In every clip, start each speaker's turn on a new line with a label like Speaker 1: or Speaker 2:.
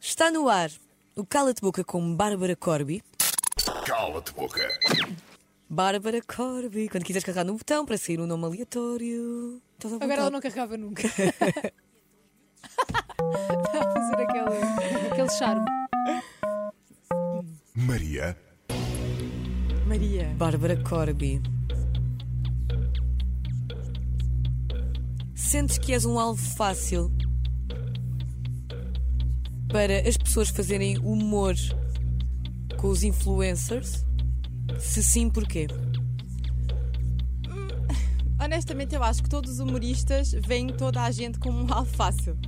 Speaker 1: Está no ar o Cala-te Boca com Bárbara Corby.
Speaker 2: Cala-te boca.
Speaker 1: Bárbara Corby, quando quiseres carregar no botão para sair um nome aleatório. Estás à
Speaker 3: Agora ela
Speaker 1: vontade.
Speaker 3: não carregava nunca. Está a fazer aquele, aquele charme.
Speaker 2: Maria,
Speaker 4: Maria.
Speaker 1: Bárbara Corby. Sentes que és um alvo fácil para as pessoas fazerem humor com os influencers? Se sim, porquê?
Speaker 4: Honestamente, eu acho que todos os humoristas veem toda a gente como um alvo fácil.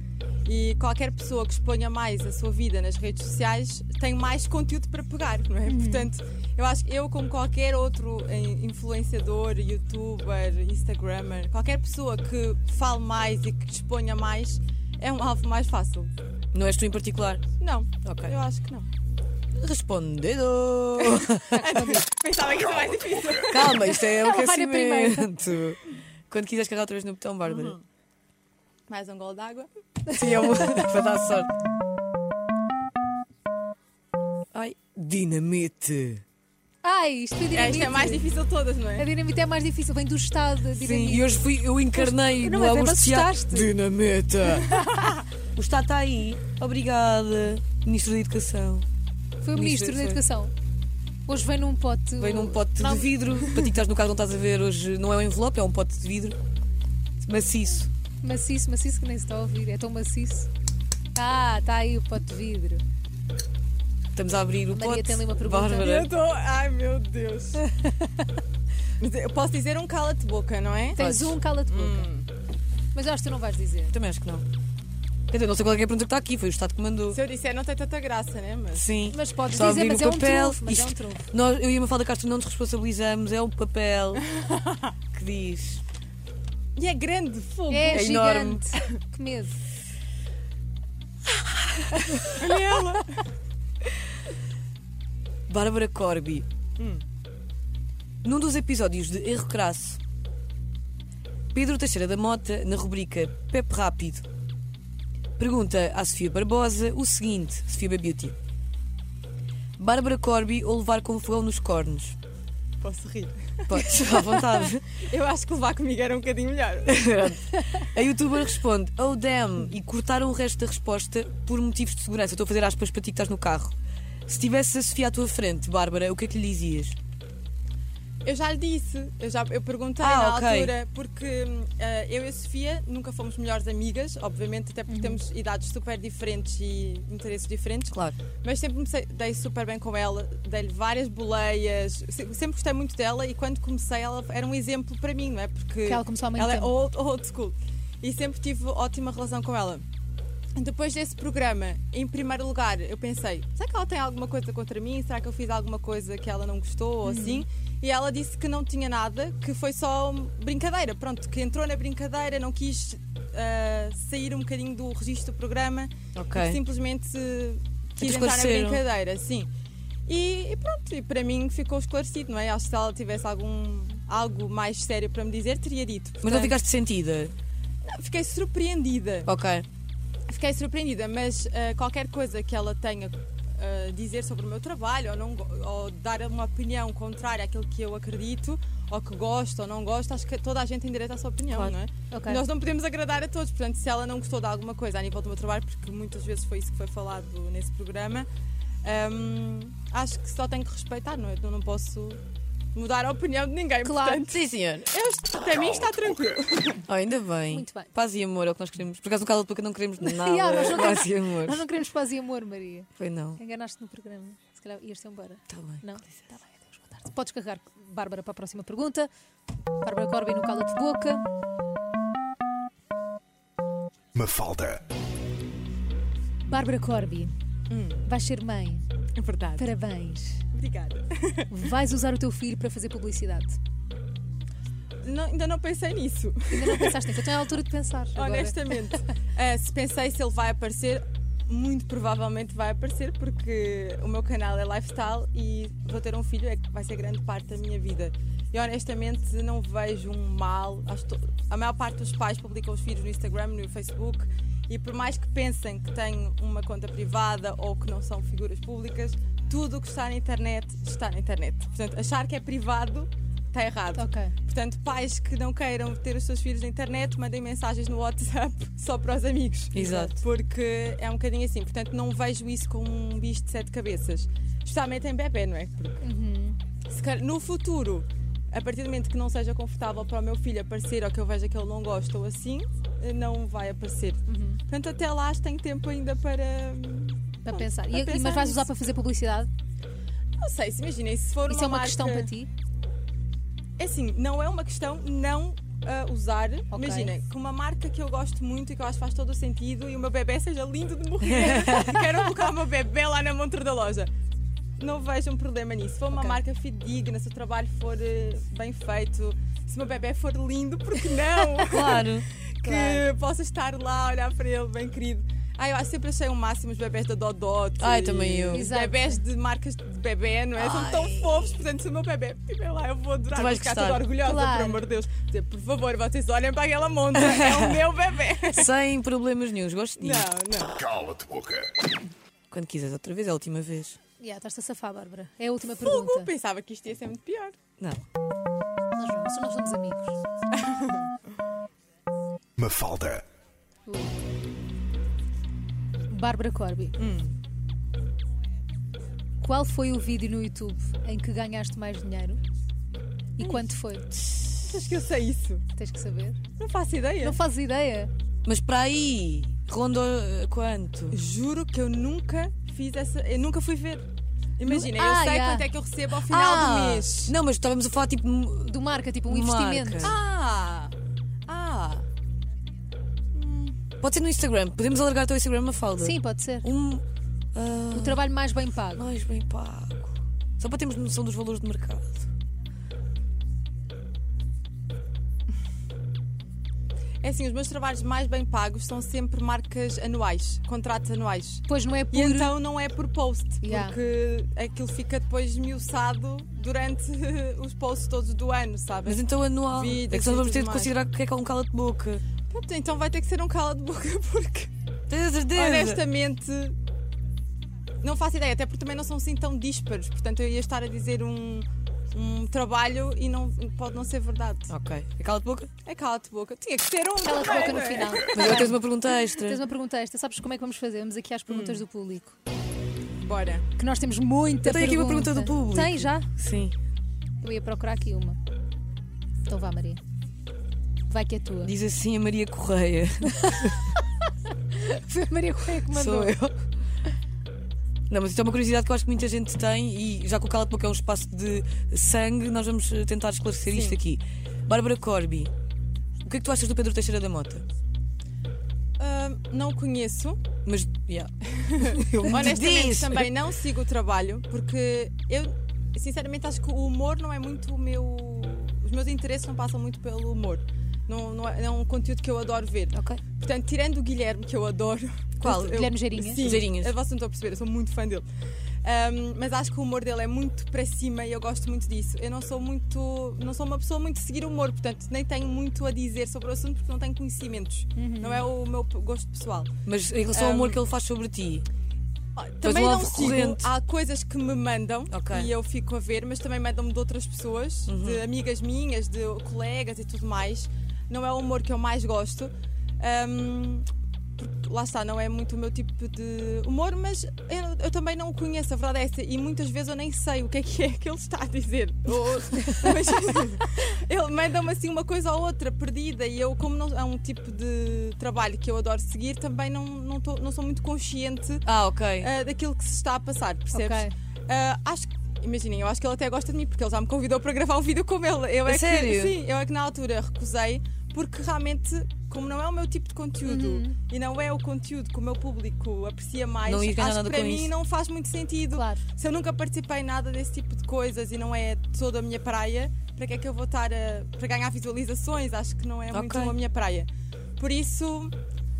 Speaker 4: E qualquer pessoa que exponha mais a sua vida nas redes sociais tem mais conteúdo para pegar, não é? Portanto, eu acho que eu, como qualquer outro eh, influenciador, youtuber, instagrammer, qualquer pessoa que fale mais e que exponha mais, é um alvo mais fácil.
Speaker 1: Não és tu em particular?
Speaker 4: Não,
Speaker 1: Ok.
Speaker 4: eu acho que não.
Speaker 1: Respondedor!
Speaker 4: Pensava que isso mais
Speaker 2: cala-te
Speaker 4: difícil.
Speaker 2: boca.
Speaker 1: Calma, isto é o
Speaker 3: Ela vai na primeira.
Speaker 1: aquecimento. Quando quiseres carregar outra vez no botão, Bárbara.
Speaker 3: Uhum.
Speaker 4: Mais um gol d'água.
Speaker 1: Sim, é uma para dar sorte. Ai, dinamite.
Speaker 3: Ai, isto foi dinamite.
Speaker 4: Esta é a mais difícil de todas, não é?
Speaker 3: A dinamite é a mais difícil, vem do estado. a
Speaker 1: Sim,
Speaker 3: dinamite.
Speaker 1: e hoje fui, eu encarnei
Speaker 3: Mas- não,
Speaker 1: no
Speaker 3: mas até
Speaker 1: álbum
Speaker 3: me
Speaker 1: de teatro.
Speaker 3: assustaste.
Speaker 1: Dinamita. o Estado está aí. Obrigada, Ministro da Educação.
Speaker 3: Foi o Ministro
Speaker 1: Ministro,
Speaker 3: da
Speaker 1: foi.
Speaker 3: Educação. Hoje vem num pote.
Speaker 1: Veio num pote
Speaker 3: Não,
Speaker 1: de vidro. Para ti que estás no carro não estás a ver hoje, não é um envelope, é um pote de vidro. Maciço.
Speaker 3: Maciço, maciço que nem se está a ouvir. É tão maciço. Ah, está aí o pote de vidro.
Speaker 1: Estamos a abrir o
Speaker 3: Maria
Speaker 1: pote.
Speaker 3: tem ali uma pergunta.
Speaker 1: Bárbara.
Speaker 4: Eu tô... Ai meu Deus. Mas eu posso dizer um cala-te boca, não é?
Speaker 3: Tens
Speaker 1: Podes.
Speaker 3: um, cala-te boca. Mas eu acho que tu não vais dizer.
Speaker 1: Também acho que não. Quer dizer, não sei qual é que é a pergunta que está aqui, foi o Estado que mandou.
Speaker 4: Se eu disser não tem tanta graça, né? Mas
Speaker 1: Sim.
Speaker 3: Mas podes
Speaker 1: Só
Speaker 3: dizer,
Speaker 1: abrir
Speaker 3: mas
Speaker 1: o
Speaker 3: é um
Speaker 1: papel.
Speaker 3: trunfo. Mas é um
Speaker 1: Isto-
Speaker 3: trunfo.
Speaker 1: Nós, eu e a Mafalda Castro não nos responsabilizamos, é o papel que diz.
Speaker 4: e é grande fogo.
Speaker 3: É,
Speaker 1: é enorme.
Speaker 3: gigante. Que medo.
Speaker 4: Olha ela.
Speaker 1: Bárbara Corby.
Speaker 3: Hum.
Speaker 1: Num dos episódios de Erro Crasso, Pedro Teixeira da Mota, na rubrica Pepe Rápido, pergunta à Sofia Barbosa o seguinte: Sofia Beauty. Bárbara Corby ou levar com fogão nos cornos?
Speaker 4: Posso rir.
Speaker 1: Podes, à vontade.
Speaker 4: Eu acho que levar comigo era um bocadinho melhor.
Speaker 1: A youtuber responde, oh damn, e cortaram o resto da resposta por motivos de segurança. Eu Estou a fazer aspas para ti que estás no carro. Se tivesse a Sofia à tua frente, Bárbara, o que é que lhe dizias?
Speaker 4: Eu já lhe disse, eu já eu perguntei
Speaker 1: Ah,
Speaker 4: na
Speaker 1: ok.
Speaker 4: altura, porque hum, ah, eu e a Sofia nunca fomos melhores amigas, obviamente, até porque temos idades super diferentes e interesses diferentes.
Speaker 1: Claro.
Speaker 4: mas sempre me sei- dei super bem com ela, dei-lhe várias boleias, se- sempre gostei muito dela e quando comecei ela era um exemplo para mim, não é? Porque
Speaker 3: Que ela começou há muito
Speaker 4: ela é
Speaker 3: tempo.
Speaker 4: old, old school e sempre tive ótima relação com ela. Depois desse programa, em primeiro lugar, eu pensei: será que ela tem alguma coisa contra mim? Será que eu fiz alguma coisa que ela não gostou
Speaker 3: Uhum.
Speaker 4: ou assim? E ela disse que não tinha nada, que foi só um brincadeira, pronto, que entrou na brincadeira, não quis ah, sair um bocadinho do registro do programa
Speaker 1: Ok.
Speaker 4: que simplesmente se quis
Speaker 1: Te
Speaker 4: entrar na
Speaker 1: esclareceram.
Speaker 4: brincadeira, sim. E, e pronto, e para mim ficou esclarecido, não é? Acho que se ela tivesse algum, algo mais sério para me dizer, teria dito.
Speaker 1: Mas não
Speaker 4: Portanto,
Speaker 1: ficaste sentida?
Speaker 4: não, Fiquei surpreendida,
Speaker 1: Ok.
Speaker 4: fiquei surpreendida, mas ah, qualquer coisa que ela tenha a dizer sobre o meu trabalho ou, não, go- ou dar uma opinião contrária àquilo que eu acredito, ou que gosto ou não gosto, acho que toda a gente tem direito à sua opinião,
Speaker 1: Claro.
Speaker 4: não é?
Speaker 3: Ok.
Speaker 4: Nós não podemos agradar a todos, portanto, se ela não gostou de alguma coisa a nível do meu trabalho, porque muitas vezes foi isso que foi falado nesse programa, hum, acho que só tenho que respeitar, não é? Eu não posso mudar a opinião de ninguém,
Speaker 3: Claro.
Speaker 4: portanto,
Speaker 1: Sim, senhor.
Speaker 4: eu est- para mim está tranquilo.
Speaker 1: Oh, ainda bem.
Speaker 3: Muito bem.
Speaker 1: Paz e amor é o que nós queremos. Por acaso no Cala de Boca não queremos nada.
Speaker 3: Yeah, nós não queremos-
Speaker 1: Paz e amor.
Speaker 3: Nós não queremos paz e amor, Maria.
Speaker 1: Foi não.
Speaker 3: Enganaste no programa. Se calhar um ias-te embora.
Speaker 1: Está bem.
Speaker 3: Não?
Speaker 4: é.
Speaker 3: Está bem, adeus, boa tarde. Podes carregar, Bárbara, para a próxima pergunta. Bárbara Corby no cala de boca.
Speaker 2: Mafalda,
Speaker 3: Bárbara Corby, vais ser mãe.
Speaker 4: Hum. É verdade.
Speaker 3: Parabéns.
Speaker 4: Obrigada.
Speaker 3: Vais usar o teu filho para fazer publicidade.
Speaker 4: Não- ainda não pensei nisso.
Speaker 3: Ainda não pensaste nisso, então é a altura de pensar. agora.
Speaker 4: Honestamente, Ah, se pensei se ele vai aparecer, muito provavelmente vai aparecer, porque o meu canal é lifestyle e vou ter um filho, é que vai ser grande parte da minha vida. E honestamente, não vejo um mal. Acho que to- a maior parte dos pais publicam os filhos no Instagram, no Facebook. E por mais que pensem que têm uma conta privada ou que não são figuras públicas, tudo o que está na internet está na internet. Portanto, achar que é privado está errado.
Speaker 3: Ok.
Speaker 4: Portanto, pais que não queiram ter os seus filhos na internet, mandem mensagens no WhatsApp só para os amigos.
Speaker 1: Exato.
Speaker 4: Porque é um bocadinho assim. Portanto, não vejo isso como um bicho de sete cabeças. Especialmente em bebê, não é? Porque se calhar, no futuro, a partir do momento que não seja confortável para o meu filho aparecer ou que eu veja que ele não gosta ou assim, eh, não vai aparecer.
Speaker 3: Uhum.
Speaker 4: Portanto, até lá acho que tenho tempo ainda para.
Speaker 3: Para
Speaker 4: Pronto,
Speaker 3: pensar. E-
Speaker 4: para
Speaker 3: e-
Speaker 4: pensar
Speaker 3: mas vais usar
Speaker 4: nisso.
Speaker 3: para fazer publicidade?
Speaker 4: Não sei, se imaginem, se for
Speaker 3: Isso é uma
Speaker 4: marca-
Speaker 3: questão para ti?
Speaker 4: É assim, não é uma questão não ah, usar. Imaginem, que uma marca que eu gosto muito e que eu acho que faz todo o sentido e o meu bebê seja lindo de morrer. Quero colocar o meu bebê lá na montra da loja. Não vejo um problema nisso. Se for uma
Speaker 3: Ok.
Speaker 4: marca fidedigna, se o trabalho for eh, bem feito, se o meu bebê for lindo, por que não?
Speaker 1: Claro.
Speaker 4: que possa estar lá, olhar para ele, bem querido. Ah, eu sempre achei o máximo os bebés da Dodot.
Speaker 1: Ai, também eu.
Speaker 4: Os
Speaker 3: Exato.
Speaker 4: bebés de marcas de bebê, não é? São tão fofos, portanto, se o meu bebê estiver lá, eu vou adorar.
Speaker 1: Tu vais
Speaker 4: vou ficar
Speaker 1: gostar.
Speaker 4: toda orgulhosa,
Speaker 3: Claro.
Speaker 4: por amor de Deus. Dizer, por favor, vocês olhem para aquela monta, é o meu bebê.
Speaker 1: Sem problemas nenhums, gosto disso.
Speaker 4: Não, não.
Speaker 2: Cala-te boca.
Speaker 1: Quando quiseres outra vez, é a última vez.
Speaker 3: Yeah, Estás-te a safar, Bárbara. É a última
Speaker 4: Fogo,
Speaker 3: pergunta.
Speaker 4: pensava que isto ia ser muito pior.
Speaker 1: Não.
Speaker 3: Nós não, nós somos amigos.
Speaker 2: Mafalda.
Speaker 3: Bárbara Corby.
Speaker 1: Hum.
Speaker 3: Qual foi o vídeo no YouTube em que ganhaste mais dinheiro? E quanto foi?
Speaker 4: Acho que eu sei isso.
Speaker 3: Tens que saber.
Speaker 4: Não faço ideia.
Speaker 3: Não fazes ideia?
Speaker 1: Mas para aí, rondou eh, quanto?
Speaker 4: Juro que eu nunca fiz essa. Eu nunca fui ver. Imagina, eu
Speaker 3: Ah,
Speaker 4: sei
Speaker 3: yeah.
Speaker 4: quanto é que eu recebo
Speaker 3: Ah!
Speaker 4: ao final do mês.
Speaker 1: Não, mas estávamos a falar tipo. m-
Speaker 3: Do marca, tipo um
Speaker 1: Marca.
Speaker 3: investimento.
Speaker 4: Ah! Ah!
Speaker 1: Pode ser no Instagram. Podemos alargar o teu Instagram uma falda.
Speaker 3: Ah, Sim, pode ser.
Speaker 1: Um. ah,
Speaker 3: O trabalho mais bem pago.
Speaker 1: mais bem pago. Só para termos noção dos valores de mercado.
Speaker 4: É assim, os meus trabalhos mais bem pagos são sempre marcas anuais, contratos anuais.
Speaker 3: Pois não é
Speaker 4: E
Speaker 3: por.
Speaker 4: então não é por post,
Speaker 3: Yeah.
Speaker 4: porque aquilo fica depois esmiuçado durante os posts todos do ano,
Speaker 1: Mas
Speaker 4: sabes?
Speaker 1: então anual.
Speaker 4: Vídeos
Speaker 1: é que só
Speaker 4: e
Speaker 1: vamos ter
Speaker 4: tudo
Speaker 1: de
Speaker 4: mais.
Speaker 1: considerar o que é que é um cala de boca.
Speaker 4: Pronto, então vai ter que ser um cala de boca, porque
Speaker 1: Tens a certeza?
Speaker 4: honestamente não faço ideia, até porque também não são assim tão dísparos, portanto eu ia estar a dizer um, um trabalho e não, pode não ser verdade.
Speaker 1: Ok. É cala de boca?
Speaker 4: É cala de boca, tinha que ter um.
Speaker 3: Cala de boca no final.
Speaker 1: Mas agora tens uma pergunta extra.
Speaker 3: Tens uma pergunta esta. Sabes como é que vamos fazer? Vamos aqui às perguntas do público.
Speaker 4: Bora.
Speaker 3: Que nós temos muita
Speaker 1: Hum. Eu tenho aqui uma pergunta do público.
Speaker 3: Tem já?
Speaker 1: Sim.
Speaker 3: Eu ia procurar aqui uma. Então vá, Maria. Vai que é tua.
Speaker 1: Diz assim a Maria Correia.
Speaker 3: Foi a Maria Correia que mandou.
Speaker 1: Sou eu. Não, mas isto é uma curiosidade que eu acho que muita gente tem e já que o Cala-te Boca é um espaço de sangue, nós vamos eh, tentar esclarecer isto aqui. Bárbara Corby, o que é que tu achas do Pedro Teixeira da Mota?
Speaker 4: Ah, não conheço,
Speaker 1: Mas, yeah. Eu me
Speaker 4: Honestamente,
Speaker 1: diz.
Speaker 4: também não sigo o trabalho, porque eu, sinceramente, acho que o humor não é muito o meu. Os meus interesses não passam muito pelo humor. Não, não é, é um conteúdo que eu adoro ver.
Speaker 3: Ok.
Speaker 4: Portanto, tirando o Guilherme, que eu adoro.
Speaker 1: Qual?
Speaker 4: Eu-
Speaker 3: Guilherme Geirinhas?
Speaker 4: Sim,
Speaker 1: Geirinhas.
Speaker 4: eu- Vocês não estão a perceber, eu sou muito fã dele. Ahm, mas acho que o humor dele é muito para cima e eu gosto muito disso. Eu não sou muito. Não sou uma pessoa muito de seguir o humor, portanto, nem tenho muito a dizer sobre o assunto porque não tenho conhecimentos.
Speaker 3: Uhum.
Speaker 4: Não é o meu p- gosto pessoal.
Speaker 1: Mas em relação ao humor que ele faz sobre ti,
Speaker 4: Ah, Também
Speaker 1: um
Speaker 4: não
Speaker 1: alvo
Speaker 4: sigo.
Speaker 1: recorrente.
Speaker 4: Há coisas que me mandam
Speaker 1: Ok.
Speaker 4: e eu fico a ver, mas também mandam-me de outras pessoas, de amigas minhas, de colegas e tudo mais. Não é o humor que eu mais gosto. Ahm, porque lá está, não é muito o meu tipo de humor, mas eu, eu também não o conheço, a verdade é essa, e muitas vezes eu nem sei o que é que é que ele está a dizer. Ou- mas ele manda-me assim uma coisa ou outra perdida, e eu, como não é um tipo de trabalho que eu adoro seguir, também não, não, tô- não sou muito consciente
Speaker 1: ah, ok.
Speaker 4: ah, daquilo que se está a passar, percebes?
Speaker 3: Ok.
Speaker 4: Ah, acho que. Imaginem, eu acho que ele até gosta de mim porque ele já me convidou para gravar um vídeo com ele. Eu
Speaker 1: A
Speaker 4: é que-
Speaker 1: sério?
Speaker 4: sim, eu é que na altura recusei porque realmente, como não é o meu tipo de conteúdo e não é o conteúdo que o meu público aprecia mais,
Speaker 1: Uhum. Não ias ganhar
Speaker 4: acho
Speaker 1: nada
Speaker 4: que para
Speaker 1: com
Speaker 4: mim
Speaker 1: isso.
Speaker 4: não faz muito sentido.
Speaker 3: Claro.
Speaker 4: Se eu nunca participei em nada desse tipo de coisas e não é toda a minha praia, para que é que eu vou estar a, para ganhar visualizações? Acho que não é muito
Speaker 1: Ok.
Speaker 4: a minha praia. Por isso,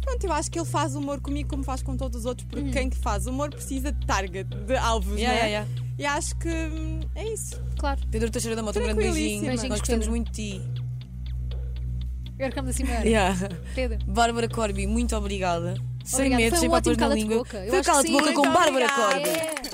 Speaker 4: pronto, eu acho que ele faz humor comigo como faz com todos os outros, porque quem que faz humor precisa de target, de alvos,
Speaker 1: Uhum. Yeah,
Speaker 4: não é?
Speaker 1: yeah, yeah.
Speaker 4: E acho que hum, é isso.
Speaker 3: Claro.
Speaker 1: Pedro Teixeira da Mota, um grande
Speaker 4: Tranquilíssima.
Speaker 1: beijinho. Nós
Speaker 3: Beijinhos,
Speaker 1: gostamos
Speaker 3: Pedro.
Speaker 1: muito de ti.
Speaker 3: Ercamos acima.
Speaker 1: Yeah.
Speaker 3: assim, Pedro.
Speaker 1: Bárbara Corby, muito obrigada. Sem
Speaker 3: Obrigada,
Speaker 1: medo,
Speaker 3: foi um
Speaker 1: sem
Speaker 3: ótimo
Speaker 1: papas na
Speaker 3: cala-te
Speaker 1: língua.
Speaker 3: boca. Eu
Speaker 1: Foi
Speaker 3: acho que
Speaker 1: cala-te boca
Speaker 3: sim. Então,
Speaker 1: com
Speaker 4: Muito
Speaker 1: Bárbara
Speaker 4: obrigada.
Speaker 1: Corby.
Speaker 3: É.